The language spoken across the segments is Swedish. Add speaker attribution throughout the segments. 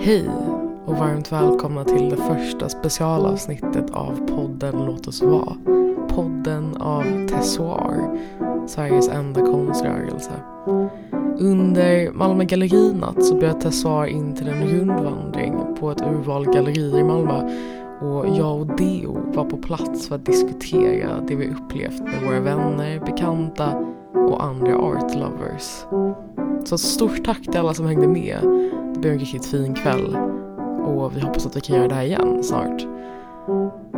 Speaker 1: Hej och varmt välkomna till det första specialavsnittet av podden Låt oss vara. Podden av Tessoir, Sveriges enda konströrelse. Under Malmö gallerinatt så bjöd Tessoir in till en rundvandring på ett urval gallerier i Malmö och jag och Deo var på plats för att diskutera det vi upplevt med våra vänner, bekanta och andra art lovers. Så stort tack till alla som hängde med. Det blev en riktigt fin kväll och vi hoppas att vi kan göra det här igen snart.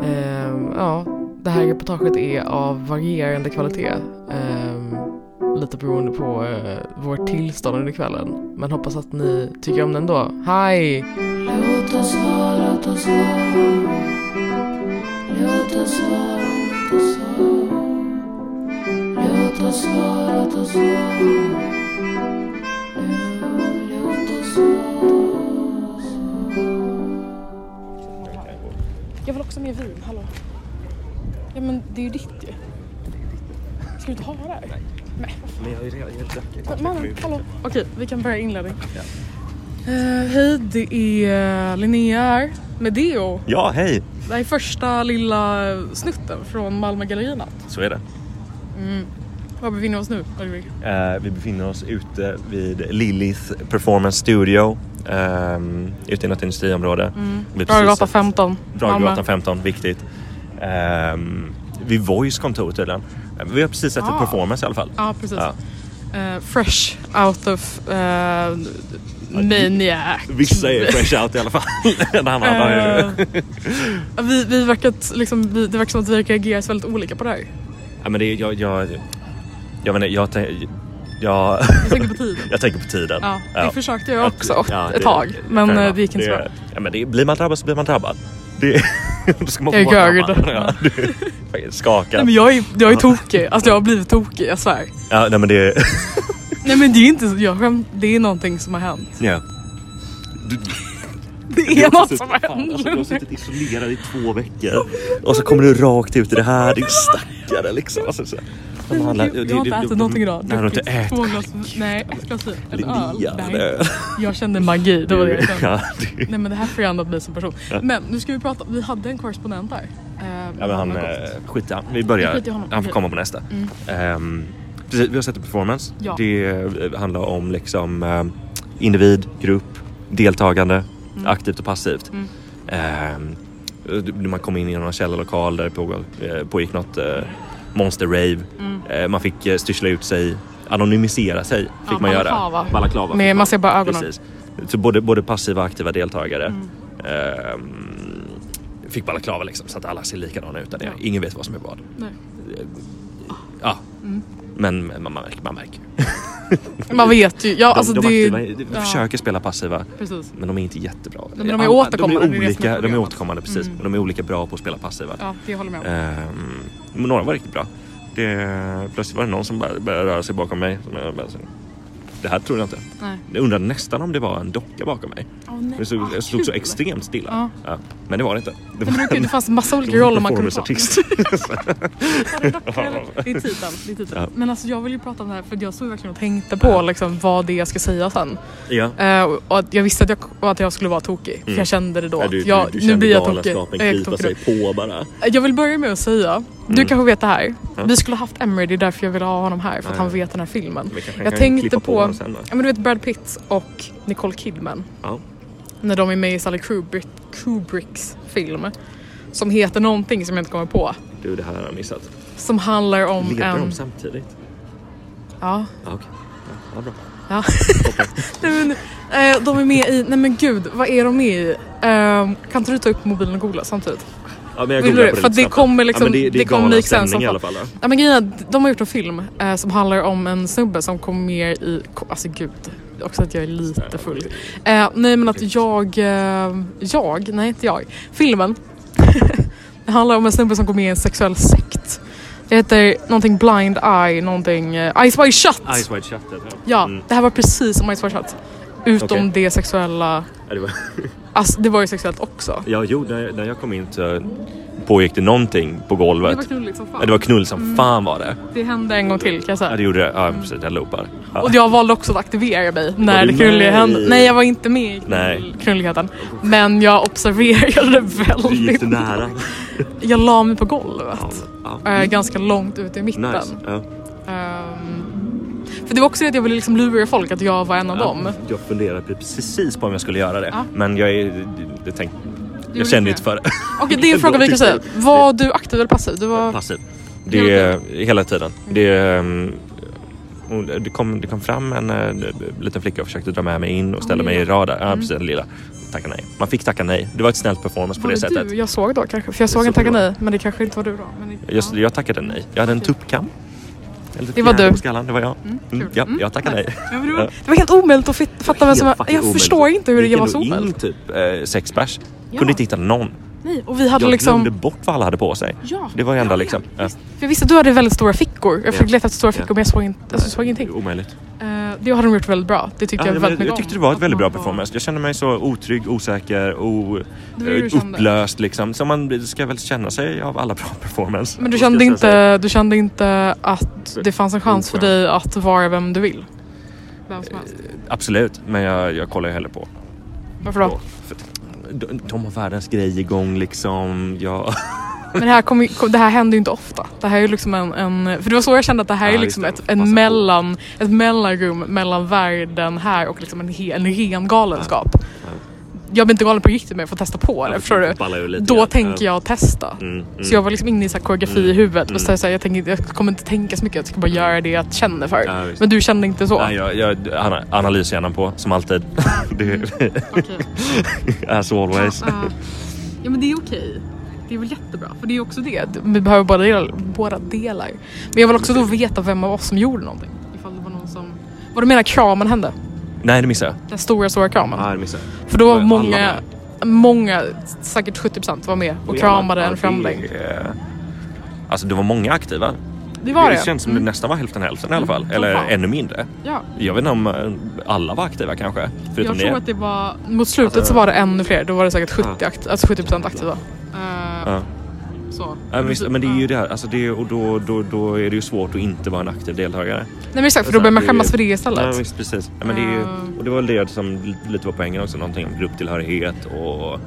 Speaker 1: Ehm, ja, det här reportaget är av varierande kvalitet. Ehm, lite beroende på uh, vårt tillstånd under kvällen. Men hoppas att ni tycker om den då. Hej!
Speaker 2: Låt oss vara, låt oss vara. Låt oss vara, låt oss vara. Låt oss vara, låt oss vara. Låt- Låt oss
Speaker 1: Jag vill också mer vin, hallå. Ja men det är ju ditt ju. Ska du inte ha det här? Nej.
Speaker 3: Men jag har ju redan jag
Speaker 1: Men
Speaker 3: druckit.
Speaker 1: Mannen, hallå. Okej, vi kan börja inledning. Eh, hej, det är eh, Linnea här med Deo.
Speaker 3: Ja, hej!
Speaker 1: Det här är första lilla snutten från Malmö Gallerinatt.
Speaker 3: Så är det.
Speaker 1: Mm. Var befinner vi oss nu? Oliver?
Speaker 3: Eh, vi befinner oss ute vid Lillys Performance Studio. ehm, ute i något industriområde. Mm.
Speaker 1: Brödgatan 15. Malmö.
Speaker 3: Bragatan 15, viktigt. Ehm, vid Voice kontor tydligen. Eh, Vi har precis sett
Speaker 1: Ah.
Speaker 3: en performance i alla fall.
Speaker 1: Ja, precis.
Speaker 3: Ja.
Speaker 1: Eh, fresh out of eh, maniac.
Speaker 3: Vissa är fresh out i alla fall. Den andra har ju...
Speaker 1: Eh, vi, vi verkat, liksom, vi, det verkar som att vi reagerar väldigt olika på det här.
Speaker 3: Ja, men det är, jag, jag, jag menar, jag, tän- jag,
Speaker 1: Jag tänker på tiden.
Speaker 3: jag tänker på tiden.
Speaker 1: Ja, det
Speaker 3: Ja.
Speaker 1: försökte jag också
Speaker 3: Ja,
Speaker 1: ett tag, men eh, det gick inte så bra.
Speaker 3: ja, men det, Blir man drabbad så blir man drabbad. Det, då ska man
Speaker 1: Jag
Speaker 3: få vara
Speaker 1: gör
Speaker 3: drabbad.
Speaker 1: det.
Speaker 3: Ja, det- skaka.
Speaker 1: Nej, men jag, är, jag är tokig, alltså jag har blivit tokig, jag svär.
Speaker 3: Ja, nej, men det...
Speaker 1: Nej men det är inte så, jag skämt, det är någonting som har hänt.
Speaker 3: Ja.
Speaker 1: Det är något som har
Speaker 3: Fan, alltså, du har
Speaker 1: hänt.
Speaker 3: suttit isolerad i två veckor och så kommer du rakt ut i det här. Din stackare liksom. Alltså, så.
Speaker 1: Jag
Speaker 3: Alla- det-
Speaker 1: har
Speaker 3: det-
Speaker 1: inte
Speaker 3: det-
Speaker 1: ätit någonting idag.
Speaker 3: Nej, du har inte
Speaker 1: Druckit
Speaker 3: ätit.
Speaker 1: Två glas, nej, ett glas vin, en öl.
Speaker 3: Linnea.
Speaker 1: Nej,
Speaker 3: det-
Speaker 1: jag kände magi, det var det jag kände.
Speaker 3: Ja, det-
Speaker 1: Nej men det här har förändrat mig som person. Men nu ska vi prata, vi hade en korrespondent där. Eh,
Speaker 3: Ja, men han,
Speaker 1: har gått.
Speaker 3: eh, skit i han. Vi
Speaker 1: Vi
Speaker 3: börjar.
Speaker 1: skiter i honom.
Speaker 3: Han får
Speaker 1: Okej.
Speaker 3: komma på nästa. Ehm, precis, vi har sett en performance.
Speaker 1: Ja.
Speaker 3: Det eh, handlar om liksom ehm, individ, grupp, deltagande,
Speaker 1: Mm.
Speaker 3: aktivt och passivt. Ehm, eh, man kom in i någon källarlokal där det pågår, eh, pågick något eh, monster-rave.
Speaker 1: Mm.
Speaker 3: Eh, man fick eh, styrsla ut sig, anonymisera sig fick
Speaker 1: Ja,
Speaker 3: man göra.
Speaker 1: balaklava.
Speaker 3: Balaklava.
Speaker 1: Med-
Speaker 3: fick
Speaker 1: man ser bara ögonen.
Speaker 3: Precis. Så både, både passiva och aktiva deltagare.
Speaker 1: Mm.
Speaker 3: Ehm, fick balaklava liksom så att alla ser likadana ut där nere.
Speaker 1: Ja.
Speaker 3: Ingen vet vad som är vad.
Speaker 1: Nej.
Speaker 3: Ja.
Speaker 1: Mm.
Speaker 3: Men men man, märker, man märker.
Speaker 1: Man vet ju, ja
Speaker 3: De,
Speaker 1: alltså
Speaker 3: de
Speaker 1: det...
Speaker 3: aktiva de
Speaker 1: ja.
Speaker 3: försöker spela passiva
Speaker 1: Precis.
Speaker 3: men de är inte jättebra.
Speaker 1: men de är
Speaker 3: Alla-
Speaker 1: återkommande,
Speaker 3: De
Speaker 1: det
Speaker 3: är,
Speaker 1: är det som
Speaker 3: olika,
Speaker 1: är
Speaker 3: de är
Speaker 1: problemet. Mm.
Speaker 3: återkommande precis. Men de är olika bra på att spela passiva.
Speaker 1: Ja, det håller jag med om.
Speaker 3: Ehm, men några var riktigt bra. Det, plötsligt var det någon som bara började röra sig bakom mig. Som jag bara så- Det här tror jag inte.
Speaker 1: Nej.
Speaker 3: Jag undrade nästan om det var en docka bakom mig.
Speaker 1: Åh, nej. Ah,
Speaker 3: Det stod, jag stod så extremt stilla.
Speaker 1: Ja.
Speaker 3: Ja, men det var det inte. Det
Speaker 1: Men
Speaker 3: var
Speaker 1: okej,
Speaker 3: en-
Speaker 1: det fanns massa
Speaker 3: det
Speaker 1: olika
Speaker 3: var en
Speaker 1: roller man kunde ta.
Speaker 3: performanceartist.
Speaker 1: Ja, det är dock- det är titeln. Det är titeln.
Speaker 3: Ja.
Speaker 1: Men alltså jag vill ju prata om det här för jag stod verkligen och tänkte på
Speaker 3: Ja.
Speaker 1: liksom, vad det är jag ska säga sen.
Speaker 3: ja.
Speaker 1: Eh, och- och att jag visste att jag, och att jag skulle vara tokig. För jag kände det då.
Speaker 3: Mm. Ja,
Speaker 1: att
Speaker 3: du,
Speaker 1: jag,
Speaker 3: du, du kände
Speaker 1: jag
Speaker 3: galenskapen
Speaker 1: Jag är
Speaker 3: krypa
Speaker 1: tokig
Speaker 3: sig Mm.
Speaker 1: då.
Speaker 3: på bara.
Speaker 1: Eh, Jag vill börja med att säga, du kanske vet det här. Vi skulle ha haft Emery, det är därför jag ville ha honom här. För att
Speaker 3: Ja,
Speaker 1: han
Speaker 3: ja.
Speaker 1: vet den här filmen.
Speaker 3: Vi kanske
Speaker 1: Jag
Speaker 3: kan
Speaker 1: tänkte
Speaker 3: klippa på
Speaker 1: på,
Speaker 3: den sen då.
Speaker 1: ja, men du vet Brad Pitt och Nicole Kidman.
Speaker 3: Ja.
Speaker 1: när de är med i Stanley Kubrick, Kubricks film som heter någonting som jag inte kommer på.
Speaker 3: Du, det här har jag missat.
Speaker 1: Som handlar om
Speaker 3: Leder
Speaker 1: en...
Speaker 3: de samtidigt?
Speaker 1: Ja,
Speaker 3: Ja, okej. Ja, ja, bra.
Speaker 1: ja. nej, men, eh, de är med i... Nej men gud, vad är de med i? Eh, kan inte du ta upp mobilen och googla samtidigt?
Speaker 3: Ja, men jag
Speaker 1: Vill
Speaker 3: googlar
Speaker 1: du?
Speaker 3: på det
Speaker 1: För
Speaker 3: lite
Speaker 1: det
Speaker 3: snabbt.
Speaker 1: kommer liksom-
Speaker 3: Ja, men det,
Speaker 1: det
Speaker 3: det är
Speaker 1: kommer
Speaker 3: galen
Speaker 1: liksom
Speaker 3: stämning i
Speaker 1: som
Speaker 3: alla fall. va?
Speaker 1: Ja, men grejen är att de har gjort en film eh, som handlar om en snubbe som kom ner i... ko- Alltså gud, också att jag är lite full. Eh, nej men att jag... Eh, jag? Nej inte jag. Filmen. det handlar om en snubbe som går med i en sexuell sekt. Det heter någonting Blind Eye, någonting... Eh, Eyes Wide Shut!
Speaker 3: Ice Wide Shut heter den.
Speaker 1: Ja,
Speaker 3: Mm.
Speaker 1: det här var precis som Eyes Wide Shut. Utom
Speaker 3: Okej.
Speaker 1: det sexuella...
Speaker 3: Ja, det var-
Speaker 1: Alltså det var ju sexuellt också.
Speaker 3: Ja, jo, när, när jag kom in så pågick det någonting på
Speaker 1: Det
Speaker 3: golvet.
Speaker 1: var Mm. knulligt som fan.
Speaker 3: Ja, Det var knull som fan var det.
Speaker 1: Det hände en gång till kan jag
Speaker 3: Ja,
Speaker 1: säga.
Speaker 3: det gjorde det. Ja, precis. Jag loopar. Ja.
Speaker 1: Och jag valde också att aktivera mig när
Speaker 3: du
Speaker 1: det knulliga
Speaker 3: med
Speaker 1: hände.
Speaker 3: i-
Speaker 1: Nej jag var inte med i
Speaker 3: Nej.
Speaker 1: knulligheten. Men jag observerade det
Speaker 3: Du gick
Speaker 1: väldigt.
Speaker 3: det nära.
Speaker 1: Jag la mig på golvet.
Speaker 3: Ja.
Speaker 1: Eh, ganska långt ut i mitten.
Speaker 3: Nice. Ja.
Speaker 1: Ehm, för det var också det att jag ville liksom lura folk att jag var en av dem.
Speaker 3: Jag funderade precis på om jag skulle göra det.
Speaker 1: Ja.
Speaker 3: Men jag, är- jag, tänkte,
Speaker 1: Gjorde
Speaker 3: jag kände
Speaker 1: du
Speaker 3: inte för det.
Speaker 1: Okej det är
Speaker 3: Då
Speaker 1: en fråga vi kan
Speaker 3: tyckte
Speaker 1: säga.
Speaker 3: jag-
Speaker 1: Var du aktiv eller passiv? Du var...
Speaker 3: Passiv. Det är hela tiden.
Speaker 1: Mm.
Speaker 3: Det, är, ehm, och det, kom, det kom fram en eh, liten flicka och försökte dra med mig in och ställa mig i rad. där. Ja,
Speaker 1: Mm.
Speaker 3: precis, den lilla. Tacka nej. Man fick tacka nej. Det var ett snällt performance på
Speaker 1: Var
Speaker 3: det
Speaker 1: det
Speaker 3: sättet.
Speaker 1: du jag såg då kanske? För jag såg
Speaker 3: såg
Speaker 1: en tacka
Speaker 3: du då.
Speaker 1: nej men det kanske inte var du då. Men det,
Speaker 3: Just,
Speaker 1: ja.
Speaker 3: jag tackade nej. Jag hade en tuppkam. En liten
Speaker 1: Det var
Speaker 3: fjäder
Speaker 1: du.
Speaker 3: På skallen. Det var jag.
Speaker 1: kul.
Speaker 3: Mm, ja,
Speaker 1: Mm.
Speaker 3: jag tackade nej.
Speaker 1: Ja, men det, var, det var helt omöjligt att fit- fatta vem som var...
Speaker 3: Helt
Speaker 1: Jag
Speaker 3: fucking omöjligt.
Speaker 1: förstår inte hur det var så
Speaker 3: gick ändå in
Speaker 1: omöjligt.
Speaker 3: typ eh, sex pers.
Speaker 1: Ja.
Speaker 3: Kunde inte hitta någon.
Speaker 1: Nej, och vi hade
Speaker 3: Jag
Speaker 1: liksom...
Speaker 3: glömde bort vad alla hade på sig.
Speaker 1: Ja,
Speaker 3: Det var det enda liksom. Ja.
Speaker 1: För jag visste att du hade väldigt stora fickor. Jag fick
Speaker 3: Ja.
Speaker 1: leta efter stora fickor
Speaker 3: Ja.
Speaker 1: men jag såg, inte, alltså, jag såg ingenting.
Speaker 3: Omöjligt.
Speaker 1: Eh, det har de gjort väldigt bra. Det tyckte
Speaker 3: Ja,
Speaker 1: jag
Speaker 3: jag,
Speaker 1: väldigt
Speaker 3: jag,
Speaker 1: mycket
Speaker 3: tyckte det
Speaker 1: om.
Speaker 3: var ett
Speaker 1: Att
Speaker 3: väldigt
Speaker 1: man
Speaker 3: bra
Speaker 1: var-
Speaker 3: performance. Jag kände mig så otrygg, osäker och
Speaker 1: Det var det du
Speaker 3: eh,
Speaker 1: kände.
Speaker 3: upplöst liksom. Så man ska väl känna sig av alla bra performance.
Speaker 1: Men du
Speaker 3: Vad ska
Speaker 1: kände,
Speaker 3: jag säga?
Speaker 1: inte, du kände inte att det fanns en chans för
Speaker 3: Oskön.
Speaker 1: dig att vara vem du vill? Vem som helst.
Speaker 3: Absolut, men jag, jag kollar ju hellre på.
Speaker 1: Varför då?
Speaker 3: på- för att de, de har världens grej igång liksom. Jag,
Speaker 1: Men det här, kom, ju- kom, det här händer ju inte ofta. Det här är ju liksom en, en... För det var så jag kände att det här
Speaker 3: Ja,
Speaker 1: är
Speaker 3: just
Speaker 1: liksom
Speaker 3: det.
Speaker 1: ett,
Speaker 3: Passa på.
Speaker 1: en mellan, ett mellanrum mellan världen här och liksom en, he, en ren galenskap. Jag blir inte galen på riktigt men jag får testa på det. Förstår du?
Speaker 3: ballar ju lite
Speaker 1: Då
Speaker 3: grann.
Speaker 1: tänker jag testa.
Speaker 3: Mm, mm.
Speaker 1: Så jag var liksom inne i så här koreografi i huvudet. Och så här, så här, jag, tänkte, jag kommer inte tänka så mycket, jag ska bara göra det jag känner för.
Speaker 3: Mm. Ja, visst.
Speaker 1: men du kände inte så?
Speaker 3: Nej, jag, jag ana- analyshjärnan på som alltid. det,
Speaker 1: Okej.
Speaker 3: as always.
Speaker 1: Ja, ja. ja men det är okej. Det är väl jättebra. För det är också det. Vi behöver båda delar. Båda delar. Men jag vill också då veta vem av oss som gjorde någonting. Ifall det var någon som... Vad du menar kramen hände?
Speaker 3: Nej, det missade jag.
Speaker 1: Den stora stora kramen.
Speaker 3: Ja, det missade jag.
Speaker 1: För då var
Speaker 3: Alla
Speaker 1: många,
Speaker 3: med.
Speaker 1: många, säkert 70% var med och kramade en främling.
Speaker 3: Ja, det är- Alltså det var många aktiva.
Speaker 1: Det var
Speaker 3: Det
Speaker 1: det.
Speaker 3: känns som det nästan var hälften hälften i alla fall.
Speaker 1: Mm, som
Speaker 3: Eller
Speaker 1: fan.
Speaker 3: ännu mindre.
Speaker 1: Ja.
Speaker 3: Jag vet inte om eh, alla var aktiva kanske. Förutom
Speaker 1: Jag tror
Speaker 3: det.
Speaker 1: att det var, mot slutet
Speaker 3: Alltså-
Speaker 1: så var det ännu fler. Då var det säkert 70,
Speaker 3: Ja.
Speaker 1: akt, alltså 70% aktiva. Eh,
Speaker 3: Ja.
Speaker 1: Så.
Speaker 3: Ah.
Speaker 1: Ah.
Speaker 3: Ja, men, visst, men det är ju det här. Alltså det, är- och då, då, då är det ju svårt att inte vara en aktiv deltagare.
Speaker 1: Nej men exakt, för då börjar man skämmas för det istället.
Speaker 3: Ja, visst, precis. Ja, men det, är ju- och det var väl det som li- lite var poängen också. Någonting om grupptillhörighet och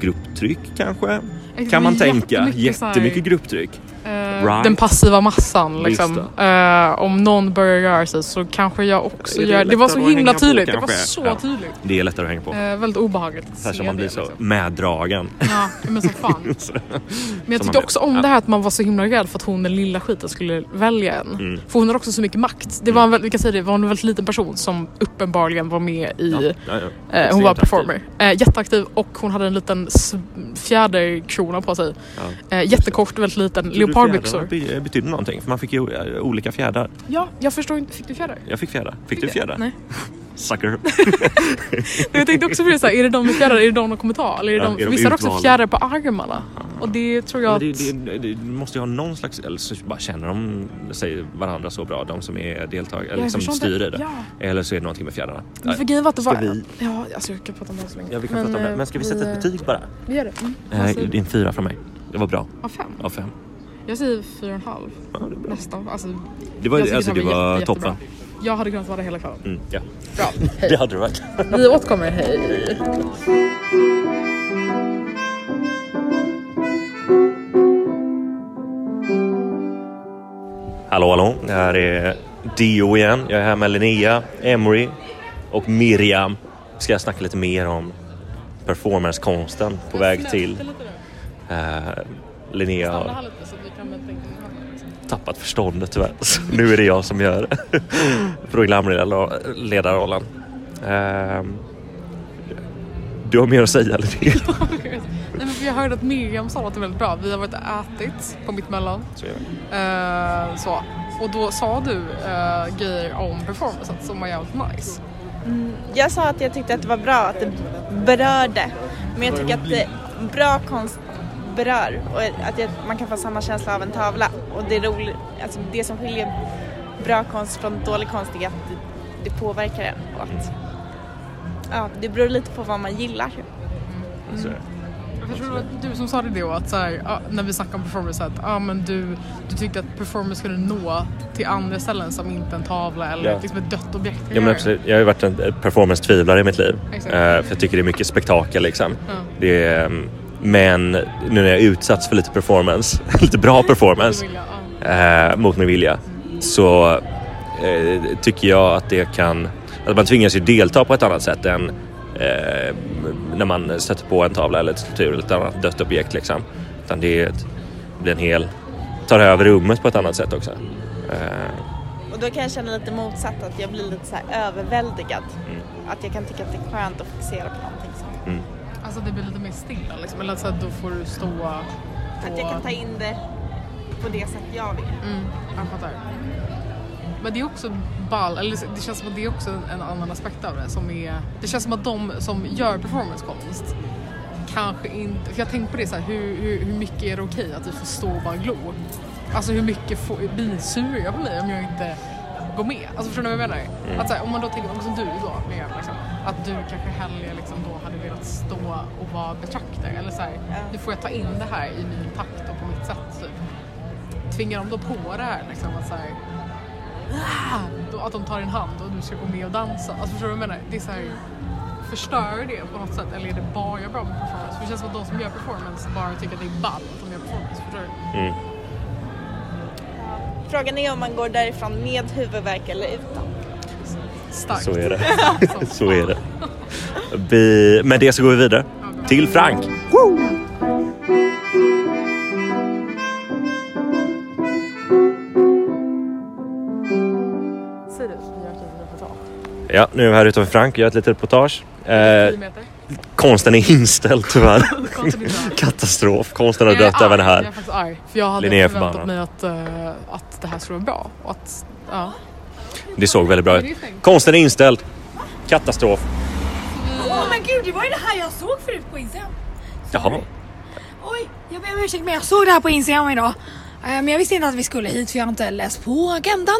Speaker 3: grupptryck kanske.
Speaker 1: Eh, det
Speaker 3: Kan man
Speaker 1: är
Speaker 3: tänka.
Speaker 1: jättemycket så här-
Speaker 3: Jättemycket grupptryck.
Speaker 1: Eh,
Speaker 3: Right.
Speaker 1: Den passiva massan liksom.
Speaker 3: Visst
Speaker 1: Eh, om någon börjar röra sig så kanske jag också
Speaker 3: Är det
Speaker 1: gör det. var
Speaker 3: lättare
Speaker 1: så
Speaker 3: att hänga
Speaker 1: himla
Speaker 3: på,
Speaker 1: tydligt. det var
Speaker 3: kanske?
Speaker 1: så
Speaker 3: Ja.
Speaker 1: tydligt.
Speaker 3: Det är lättare att hänga på.
Speaker 1: Eh, väldigt obehagligt att
Speaker 3: Här
Speaker 1: se
Speaker 3: som man
Speaker 1: det,
Speaker 3: blir så
Speaker 1: liksom.
Speaker 3: meddragen.
Speaker 1: Ja, men som fan.
Speaker 3: Så-
Speaker 1: Men jag
Speaker 3: Som man
Speaker 1: tyckte
Speaker 3: blir.
Speaker 1: också om
Speaker 3: Ja.
Speaker 1: det här att man var så himla rädd för att hon den lilla skiten skulle välja en.
Speaker 3: Mm.
Speaker 1: För hon hade också så mycket makt. Det var en, väldigt- vi kan säga det, det var en väldigt liten person som uppenbarligen var med i...
Speaker 3: Ja, ja, ja.
Speaker 1: Eh, hon var
Speaker 3: Extremt aktiv.
Speaker 1: performer. Eh, jätteaktiv och hon hade en liten s- fjäderkrona på sig.
Speaker 3: Ja.
Speaker 1: Eh, jättekort, väldigt liten.
Speaker 3: Tror du
Speaker 1: Leopardbyxor.
Speaker 3: fjädrarna be- Betydde någonting? För man fick ju eh, olika fjädrar.
Speaker 1: Ja, jag förstår inte. Fick du fjäder?
Speaker 3: Jag fick fjädrar. Fick du fjädrar?
Speaker 1: Nej.
Speaker 3: Sucker.
Speaker 1: Jag tänkte också på det, så här, är det de med fjädrar, är det de de kommer ta? Eller är det
Speaker 3: Ja,
Speaker 1: de,
Speaker 3: är de
Speaker 1: vissa har också
Speaker 3: utvalda?
Speaker 1: fjädrar på armarna. Och det tror jag
Speaker 3: Men
Speaker 1: att...
Speaker 3: det, det, det måste ju ha någon slags... Eller så bara känner de sig varandra så bra, de som är deltagare, eller som
Speaker 1: förstår inte-
Speaker 3: liksom styr i det.
Speaker 1: ja.
Speaker 3: Eller så är det någonting med fjädrarna.
Speaker 1: Men för grejen var att det var...
Speaker 3: vi-
Speaker 1: Ja, alltså jag kan prata om det här så länge.
Speaker 3: Ja, vi kan prata om
Speaker 1: eh,
Speaker 3: det. Men ska vi sätta ett
Speaker 1: eh,
Speaker 3: betyg bara?
Speaker 1: Vi gör det. Mm. Vad
Speaker 3: Nej,
Speaker 1: säger
Speaker 3: det är en fyra från mig. Det var bra.
Speaker 1: du? Av fem?
Speaker 3: Av fem.
Speaker 1: Jag säger fyra och en halv.
Speaker 3: Ja, det, är bra.
Speaker 1: Nästan. Alltså,
Speaker 3: det var,
Speaker 1: jag tycker
Speaker 3: alltså, det var
Speaker 1: jätte, jättebra.
Speaker 3: toppen.
Speaker 1: Jag hade kunnat vara där hela kvällen.
Speaker 3: Mm, ja.
Speaker 1: Bra,
Speaker 3: Det
Speaker 1: hej.
Speaker 3: hade du varit.
Speaker 1: Vi återkommer, hej.
Speaker 3: Hallå, hallå. Det här är Dio igen. Jag är här med Linnea, Emery och Miriam. Ska jag snacka lite mer om performancekonsten på väg till. Eh, Linnea
Speaker 1: Stanna
Speaker 3: har
Speaker 1: här lite så att vi kan vänta in den här. liksom.
Speaker 3: tappat förståndet tyvärr. Så nu är det jag som gör programledarrollen. Ehm, du har mer att säga Linnea.
Speaker 1: Nej, men för jag hörde att Miriam sa att det är väldigt bra. Vi har varit och ätit på mitt mellan.
Speaker 3: Så gör jag.
Speaker 1: Eh, så. Och då sa du eh, grejer om performancen som var jävligt nice.
Speaker 4: Mm, Jag sa att jag tyckte att det var bra att det berörde. Men jag tycker att det, bra konst berör och att jag, man kan få samma känsla av en tavla. Och det, är roligt, alltså det som skiljer bra konst från dålig konst är att det, det påverkar en. Och att, ja, det beror lite på vad man gillar.
Speaker 3: Så gör jag.
Speaker 1: Jag tror det var du som sa det då, att så här, ja, när vi snackade om performance, att ja, men du, du tyckte att performance skulle nå till andra ställen som inte en tavla eller
Speaker 3: Ja.
Speaker 1: liksom ett dött objekt. kan
Speaker 3: Ja, men
Speaker 1: göra.
Speaker 3: absolut. Jag har ju varit en performance-tvivlare i mitt liv.
Speaker 1: Exakt.
Speaker 3: Eh, för jag tycker det är mycket spektakel liksom.
Speaker 1: Ja.
Speaker 3: Det är, ehm, men nu när jag utsatts för lite performance, lite bra performance,
Speaker 1: Det vill jag, ja.
Speaker 3: eh, mot min vilja så eh, tycker jag att det kan... Att man tvingas ju delta på ett annat sätt än eh, när man sätter på en tavla eller ett skulptur eller ett annat dött objekt liksom. Utan det är ett, blir en hel... Tar över rummet på ett annat sätt också. Eh,
Speaker 4: Och då kan jag känna lite motsatt, att jag blir lite så här överväldigad. Att jag kan tycka att det är skönt att fokusera på någonting. Så.
Speaker 3: mm,
Speaker 1: Alltså det blir lite mer stilla liksom. Eller så här, då får du stå på...
Speaker 4: Att jag kan ta in det på det sätt jag vill.
Speaker 1: Mm, jag fattar. Men det är också ball, eller det känns som att det är också en annan aspekt av det som är... Det känns som att de som gör performancekonst kanske inte... För jag har tänkt på det så här, hur, hur, hur mycket är det okej att vi får stå och bara glo? Alltså hur mycket får, blir sur jag på mig om jag inte går med? Alltså förstår ni vad jag menar? Att så här, om man då tänker, om som du då, Miriam, liksom, att du kanske hellre liksom då hade velat stå och vara betraktare eller så här, nu får jag ta in det här i min takt och på mitt sätt typ tvingar de då på det här liksom att så här, "Ah!" då, att de tar din hand och du ska gå med och dansa. Alltså förstår du vad jag menar? Det är så här, förstör det på något sätt eller är det bara bra med performance? För det känns som att de som gör performance bara tycker att det är ball att de gör performance. Förstår du?
Speaker 3: mm.
Speaker 4: Frågan är om man går därifrån med huvudvärk eller utan.
Speaker 1: Starkt. Alltså.
Speaker 3: Så är det. Så är det. Vi, med det så går vi vidare till Frank. Woo!
Speaker 1: Säg det, vi gör ett litet reportage.
Speaker 3: Ja, nu är vi här utanför Frank och gör ett litet reportage. Eh,
Speaker 1: Tio meter.
Speaker 3: konsten är inställd tyvärr.
Speaker 1: Konsten är död.
Speaker 3: Katastrof. Konsten har
Speaker 1: Jag är
Speaker 3: dött
Speaker 1: arg,
Speaker 3: även
Speaker 1: Jag är
Speaker 3: här.
Speaker 1: faktiskt arg. För jag hade
Speaker 3: Linnea är
Speaker 1: förväntat
Speaker 3: förbannad.
Speaker 1: mig att, eh, att det här skulle vara bra. Och att, ja.
Speaker 3: Det såg väldigt bra
Speaker 1: What do
Speaker 3: ut.
Speaker 1: you think?
Speaker 3: Konsten är inställd. Katastrof.
Speaker 5: Åh men gud, det var ju det här jag såg förut på Instagram.
Speaker 3: Jaha.
Speaker 5: Oj, jag ber om ursäkt men jag såg det här på Instagram idag. Eh, Men jag visste inte att vi skulle hit för jag har inte läst på agendan.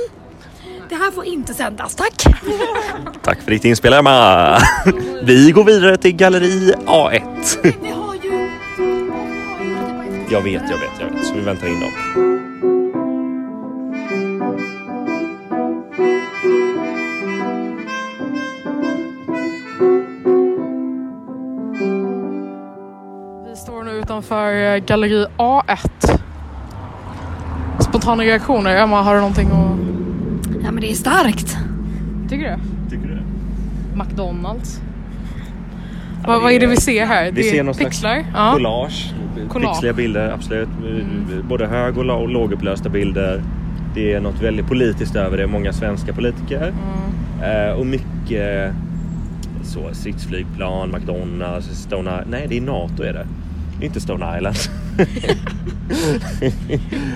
Speaker 5: Det här får inte sändas, tack.
Speaker 3: Tack för ditt inspel Emma. Vi går vidare till galleri A1.
Speaker 5: Vi har ju... vi har ju-
Speaker 3: Jag vet, jag vet, jag vet. Så vi väntar in dem.
Speaker 1: Vi står nu utanför eh, galleri A1. Spontana reaktioner. Emma, har du någonting att...
Speaker 5: Ja men det är starkt.
Speaker 1: Tycker du?
Speaker 3: Tycker du det?
Speaker 1: McDonalds.
Speaker 3: det
Speaker 1: vad, vad är det
Speaker 3: är-
Speaker 1: vi ser här?
Speaker 3: Vi
Speaker 1: det
Speaker 3: ser
Speaker 1: är
Speaker 3: någon slags
Speaker 1: pixlar. Ja.
Speaker 3: Collage.
Speaker 1: Collage. Mm.
Speaker 3: Pixliga bilder, absolut. Både hög och la- och lågupplösta bilder. Det är något väldigt politiskt över det. Många svenska politiker.
Speaker 1: Mm.
Speaker 3: Eh, och mycket så, stridsflygplan, McDonalds, Stone Island. Nej, det är NATO är det. Det är Inte Stone Island.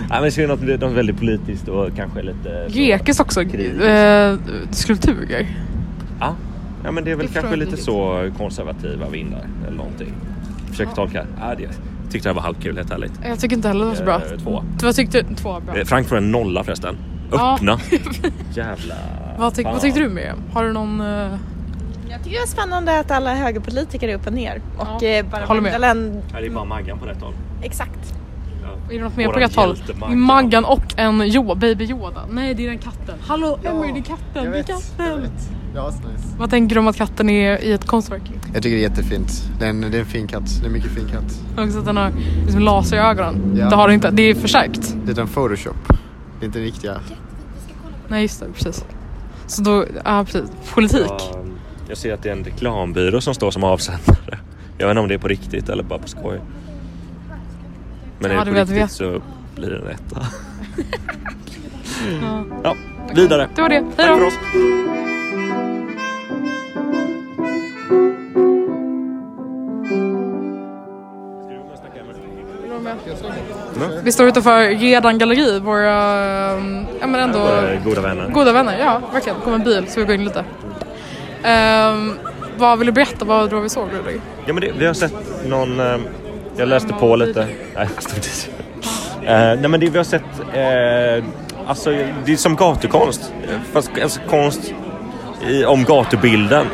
Speaker 3: Nej, men så är det något, något väldigt politiskt och kanske lite... så-
Speaker 1: Grekis också.
Speaker 3: Grekis.
Speaker 1: Eh, skulpturer.
Speaker 3: Ja. ja, men det är väl
Speaker 1: Det
Speaker 3: kanske
Speaker 1: tror jag
Speaker 3: lite
Speaker 1: är
Speaker 3: så konservativa vindar eller någonting. Försöker tolka. Ja, det, tyckte det här var halvkul, helt ärligt.
Speaker 1: Jag tycker inte heller det var så bra.
Speaker 3: Eh, Två.
Speaker 1: Vad tyckte du? Två bra.
Speaker 3: Eh, Frank får en nolla förresten.
Speaker 1: Ja.
Speaker 3: Öppna. Jävla...
Speaker 1: Vad, tyck,
Speaker 3: fan.
Speaker 1: vad tyckte du Miriam? Har du någon... eh,
Speaker 4: Jag tycker det är spännande att alla högerpolitiker är upp och ner. Och
Speaker 1: Ja.
Speaker 4: eh, bara
Speaker 1: Håller med.
Speaker 4: vandrar länd-
Speaker 3: Ja, det är bara Maggan på rätt håll.
Speaker 4: Exakt.
Speaker 1: är det något mer på
Speaker 3: Våran
Speaker 1: rätt håll?
Speaker 3: hjälte
Speaker 1: I
Speaker 3: Maggan.
Speaker 1: Maggan och en jo, baby Yoda. Nej, det är den katten. Hallå Emmy, det är katten.
Speaker 6: Jag
Speaker 1: Det är
Speaker 6: vet, jag
Speaker 1: katten.
Speaker 6: vet. Det var asnice.
Speaker 1: Vad tänker du om att katten är i ett konstverk?
Speaker 6: Jag tycker det är jättefint. Det är en, det är en fin katt. Det är en mycket fin katt.
Speaker 1: Också att den har liksom laser i ögonen.
Speaker 6: Ja.
Speaker 1: Det har den inte. Det är förstärkt.
Speaker 6: Det är en photoshop. Det är inte den riktiga.
Speaker 1: Nej, just det. Precis. Så då, ja precis. Politik.
Speaker 3: Ja, Ehm, jag ser att det är en reklambyrå som står som avsändare. Jag vet inte om det är på riktigt eller bara på skoj. Men
Speaker 1: Ja,
Speaker 3: är det
Speaker 1: du
Speaker 3: på
Speaker 1: vet,
Speaker 3: riktigt
Speaker 1: vet.
Speaker 3: så blir det en etta. ja, vidare.
Speaker 1: Det var det. Hej
Speaker 3: Tack för
Speaker 1: då.
Speaker 3: oss.
Speaker 1: Vi står utanför Redan galleri, våra ehm, ja, men ändå
Speaker 3: Våra Eh, goda vänner.
Speaker 1: goda vänner. Ja, verkligen. kom en bil så vi går in lite. Ehm, vad vill du berätta? Vad då vi såg Ludvig?
Speaker 3: Ja, men det, vi har sett någon... eh, Jag läste på lite. Nej, jag står dit. Eh, nej, men det, vi har sett... eh, alltså, det är som gatukonst. eh, Fast alltså, konst i, om gatubilden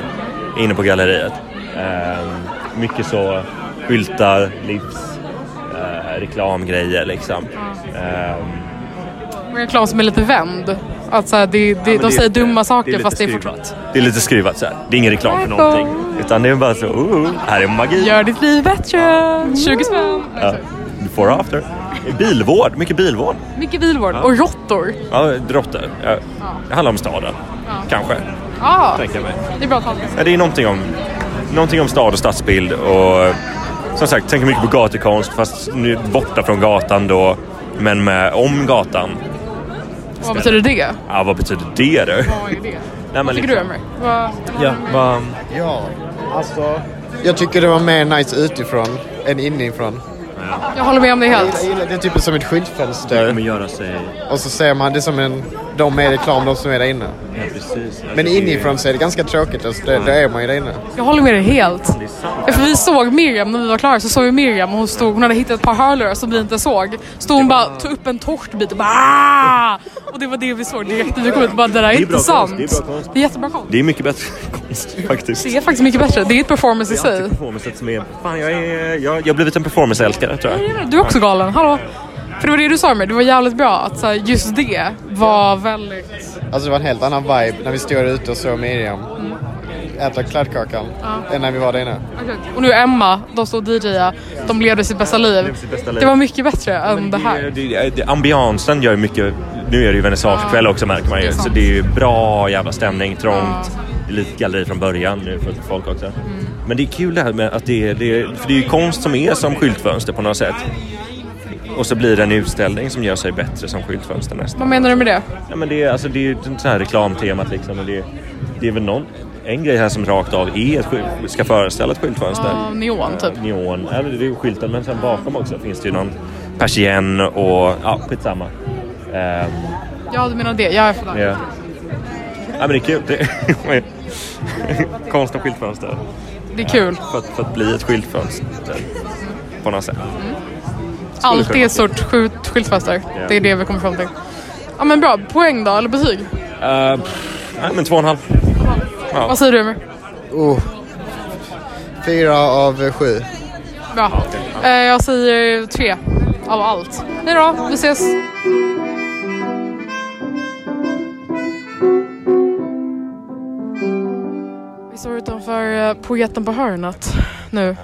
Speaker 3: inne på galleriet. Eh, mycket så skyltar, livs, eh, reklamgrejer liksom. Ehm,
Speaker 1: En reklam som är lite vänd. Att så här,
Speaker 3: Ja,
Speaker 1: det, det,
Speaker 3: men
Speaker 1: de
Speaker 3: det är
Speaker 1: säger
Speaker 3: lite-
Speaker 1: dumma saker
Speaker 3: lite
Speaker 1: fast det är
Speaker 3: skruvat.
Speaker 1: fortfarande...
Speaker 3: Det är lite skruvat så här. Det är ingen reklam för någonting. Utan det är bara så, oh, här är magi.
Speaker 1: Gör ditt liv bättre! 20 spänn!
Speaker 3: Ja. Before och after. Bilvård, mycket bilvård.
Speaker 1: Mycket bilvård. Och råttor.
Speaker 3: Ja, drotter. Ja. Det handlar om staden. Kanske,
Speaker 1: Ja,
Speaker 3: tänker jag mig.
Speaker 1: det är bra tanke.
Speaker 3: Ja, det är någonting om, någonting om stad och stadsbild och som sagt, tänker mycket på gatukonst fast nu borta från gatan då. Men med om gatan.
Speaker 1: Vad betyder det?
Speaker 3: Ja, vad betyder det då?
Speaker 1: Vad är det?
Speaker 3: Nej, men
Speaker 1: Tycker du
Speaker 3: liksom- Mm.
Speaker 1: Emery? Vad-
Speaker 3: Ja, vad...
Speaker 6: Ja, alltså. Jag tycker det var mer nice utifrån än inifrån.
Speaker 1: Jag håller med om det
Speaker 6: Jag
Speaker 1: helt.
Speaker 6: gillar det är typ som ett skyltfönster.
Speaker 3: göra sig...
Speaker 6: Och så ser man det som en... De är reklam, de som är där inne.
Speaker 3: Ja, precis.
Speaker 6: Men inifrån så är det ganska tråkigt. Alltså, det, då är man ju där inne.
Speaker 1: Jag håller med dig helt. Ja, För vi såg Miriam när vi var klara så såg vi Miriam och hon, stod, hon hade hittat ett par hörlurar som vi inte såg. Så hon bara tog upp en tårtbit och bara "Ah!" Och det var det vi såg direkt när vi kom ut. Bara, det där
Speaker 3: bra
Speaker 1: är, inte
Speaker 3: konst,
Speaker 1: sant.
Speaker 3: det är bra konst.
Speaker 1: Det är jättebra konst.
Speaker 3: Det är mycket bättre konst faktiskt.
Speaker 1: Det är faktiskt mycket bättre. Det är ett performance i
Speaker 3: Jag
Speaker 1: sig.
Speaker 3: tycker performance som är... Fan, jag, är, jag, jag har blivit en performanceälskare tror jag.
Speaker 1: Du är också galen. Hallå? För det var det du sa med. Det var jävligt bra att så här, just det var väldigt...
Speaker 6: Alltså det var en helt annan vibe när vi stod där ute och såg Miriam. Äta kladdkakan. Än när vi var där inne.
Speaker 1: Och nu Emma, de står och DJar. De levde sitt bästa liv.
Speaker 3: sitt bästa liv.
Speaker 1: Det var mycket bättre än det
Speaker 3: Det,
Speaker 1: här.
Speaker 3: det, det, ambiansen gör ju mycket. Nu är det ju vernissagekväll också märker man
Speaker 1: det är
Speaker 3: ju. Så
Speaker 1: sant.
Speaker 3: det är ju bra jävla stämning, trångt. Det är lite galleri från början nu för folk också.
Speaker 1: Mm.
Speaker 3: Men det är kul det här med att det är, det är, för det är ju konst som är som skyltfönster på något sätt. Och så blir det en utställning som gör sig bättre som skyltfönster nästan.
Speaker 1: Vad menar du med det?
Speaker 3: Ja, men det är, alltså, det är ju det här reklamtemat liksom. Och det, det är väl någon, en grej här som rakt av är ett, skyl- ska föreställa ett skyltfönster.
Speaker 1: Ja, neon typ.
Speaker 3: Neon, ja, men det är ju skylten men sen bakom också finns det ju någon persienn och ja, skitsamma. Ehm,
Speaker 1: Ja, du menar det. Jag är för
Speaker 3: ja. ja men det är kul. Det är konst och skyltfönster.
Speaker 1: Det är kul.
Speaker 3: För att, för att bli ett skyltfönster på något sätt.
Speaker 1: Allt
Speaker 3: kunna
Speaker 1: är ett sorts skjut- skyltfönster.
Speaker 3: Ja.
Speaker 1: Det är det vi kommer fram till. Ja men bra, poäng då, eller betyg?
Speaker 3: Ehm, nej men två och en halv.
Speaker 1: Vad säger du Emil?
Speaker 6: Oh. Fyra av eh, sju.
Speaker 1: Bra. Eh, jag säger tre av allt. Hej då, vi ses. Vi står utanför eh, Poeten på hörnet nu.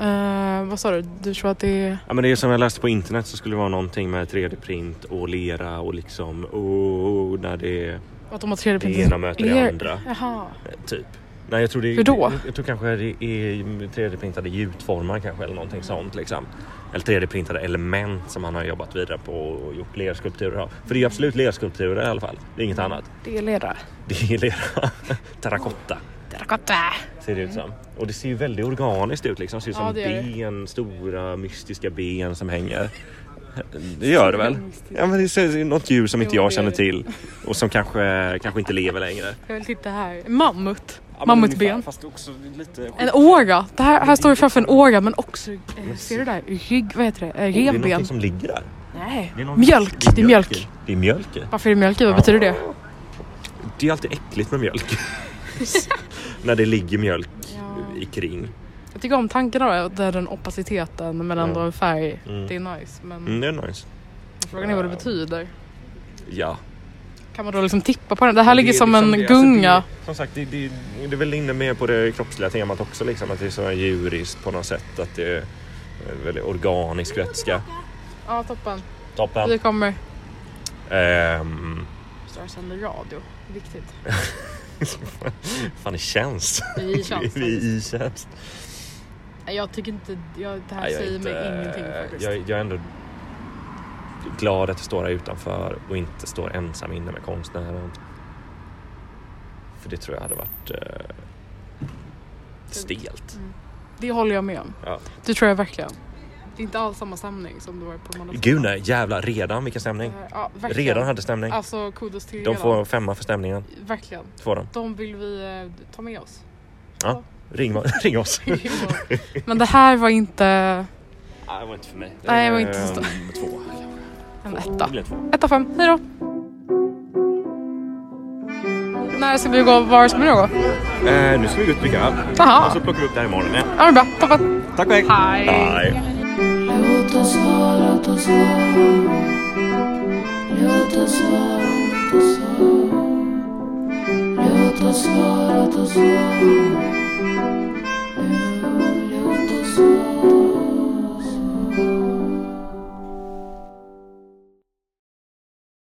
Speaker 1: Eh, vad sa du? Du tror att det är...
Speaker 3: Ja, men det är som jag läste på internet så skulle det vara någonting med 3D-print och lera och liksom oh, när det
Speaker 1: Att de har 3D
Speaker 3: det ena möter det andra.
Speaker 1: Jaha.
Speaker 3: Typ. Nej, jag tror det är,
Speaker 1: Hur då?
Speaker 3: Jag tror kanske det är 3D-printade gjutformar kanske eller någonting sånt liksom. Eller 3D-printade element som han har jobbat vidare på och gjort lerskulpturer av. För det är absolut lerskulpturer i alla fall. Det är inget annat.
Speaker 1: Det är lera.
Speaker 3: Det är lera. Terrakotta ser det ut som. Och det ser ju väldigt organiskt ut liksom. Det ser ut
Speaker 1: Ja,
Speaker 3: som
Speaker 1: det gör det.
Speaker 3: ben, stora mystiska ben som hänger. Det gör det väl? Ja men det ser- det är något djur som inte
Speaker 1: Jo,
Speaker 3: jag
Speaker 1: det
Speaker 3: känner
Speaker 1: gör det.
Speaker 3: till och som kanske, kanske inte lever längre.
Speaker 1: Jag vill titta här. Mammut.
Speaker 3: Ja, men ungefär,
Speaker 1: Mammutben.
Speaker 3: Fast också lite
Speaker 1: En åra. Det här, här står vi framför en åra men också, eh, ser du där? Rygg, vad heter det? Eh,
Speaker 3: Det är någonting
Speaker 1: revben.
Speaker 3: som ligger där.
Speaker 1: Nej.
Speaker 3: Det är någon-
Speaker 1: Mjölk. Det är
Speaker 3: i.
Speaker 1: mjölk.
Speaker 3: Det är mjölk i.
Speaker 1: Varför är det mjölk i? Vad betyder det?
Speaker 3: Det är alltid äckligt med mjölk. När det ligger mjölk i kring.
Speaker 1: Jag tycker om tanken av det, att det är den opaciteten men ändå en färg. Det är nice. Men
Speaker 3: Mm, det är nice.
Speaker 1: frågan är vad det betyder.
Speaker 3: Ja.
Speaker 1: Kan man då liksom tippa på den? Det här ligger
Speaker 3: Det är
Speaker 1: som
Speaker 3: liksom det,
Speaker 1: en
Speaker 3: alltså
Speaker 1: gunga.
Speaker 3: det, som sagt, det, det, det är väl inne mer på det kroppsliga temat också liksom. Att det är så här djuriskt på något sätt. Att det är eh, väldigt organisk vätska.
Speaker 1: Ja, toppen.
Speaker 3: Toppen.
Speaker 1: Vi kommer.
Speaker 3: Ehm,
Speaker 1: Står och sänder radio. Viktigt.
Speaker 3: fan i tjänst.
Speaker 1: Vi är i tjänst.
Speaker 3: Vi är i tjänst.
Speaker 1: Nej, Jag tycker inte... Jag, det här
Speaker 3: Nej, jag är
Speaker 1: säger mig
Speaker 3: inte-
Speaker 1: ingenting faktiskt.
Speaker 3: Jag, jag är ändå glad att jag står här utanför och inte står ensam inne med konstnären. För det tror jag hade varit eh, stelt.
Speaker 1: Det håller jag med om.
Speaker 3: Ja.
Speaker 1: Det tror jag verkligen. Det är inte alls samma stämning som det var på måndags.
Speaker 3: Gud nej, jävlar redan vilken stämning.
Speaker 1: Eh, Ja, verkligen.
Speaker 3: Redan hade stämning.
Speaker 1: Alltså kudos till
Speaker 3: De
Speaker 1: redan.
Speaker 3: får femma för stämningen.
Speaker 1: Verkligen.
Speaker 3: Får de.
Speaker 1: De vill vi eh, ta med oss.
Speaker 3: Ring, ring oss.
Speaker 1: Men det här var inte
Speaker 3: Nej, det var inte för mig.
Speaker 1: Nej, det var inte så
Speaker 3: Ehm, Två.
Speaker 1: en
Speaker 3: Det
Speaker 1: etta.
Speaker 3: blir två.
Speaker 1: Ett av fem. Hej då! när ska du gå? Var ska du gå?
Speaker 3: Eh, nu ska vi gå ut och dricka öl.
Speaker 1: Jaha,
Speaker 3: Och så plockar vi upp det här imorgon. Ja.
Speaker 1: ja, det är bra. Toppen.
Speaker 3: Tack och hej!
Speaker 1: Hej.
Speaker 3: Hej.
Speaker 7: Låt oss vara, låt oss vara. Låt oss vara, låt oss vara. Låt oss vara, låt oss vara.